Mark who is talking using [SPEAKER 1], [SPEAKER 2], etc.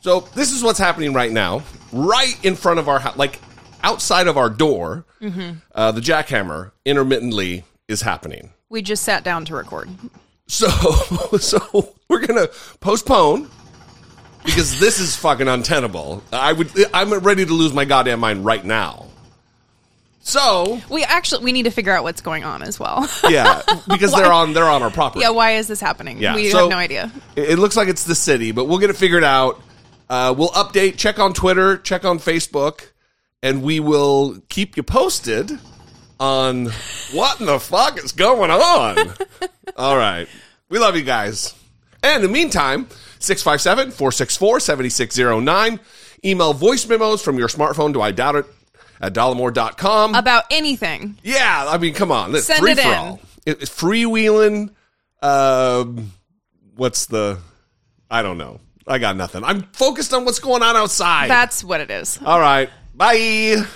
[SPEAKER 1] So this is what's happening right now, right in front of our house, like outside of our door. Uh, the jackhammer intermittently is happening.
[SPEAKER 2] We just sat down to record.
[SPEAKER 1] So so we're gonna postpone because this is fucking untenable. I would I'm ready to lose my goddamn mind right now. So
[SPEAKER 2] We actually we need to figure out what's going on as well.
[SPEAKER 1] yeah, because they're on they're on our property.
[SPEAKER 2] yeah, why is this happening?
[SPEAKER 1] Yeah,
[SPEAKER 2] we
[SPEAKER 1] so-
[SPEAKER 2] have no idea.
[SPEAKER 1] It, it looks like it's the city, but we'll get it figured out. Uh, we'll update. Check on Twitter. Check on Facebook, and we will keep you posted on what in the fuck is going on. All right, we love you guys. And in the meantime, 657 464 7609. Email voice memos from your smartphone to I doubt it at dollamore.com.
[SPEAKER 2] About anything.
[SPEAKER 1] Yeah, I mean, come on. It's
[SPEAKER 2] Send
[SPEAKER 1] free
[SPEAKER 2] it
[SPEAKER 1] for
[SPEAKER 2] in.
[SPEAKER 1] all. It- It's freewheeling. Um, what's the? I don't know. I got nothing. I'm focused on what's going on outside.
[SPEAKER 2] That's what it is.
[SPEAKER 1] all right. Bye.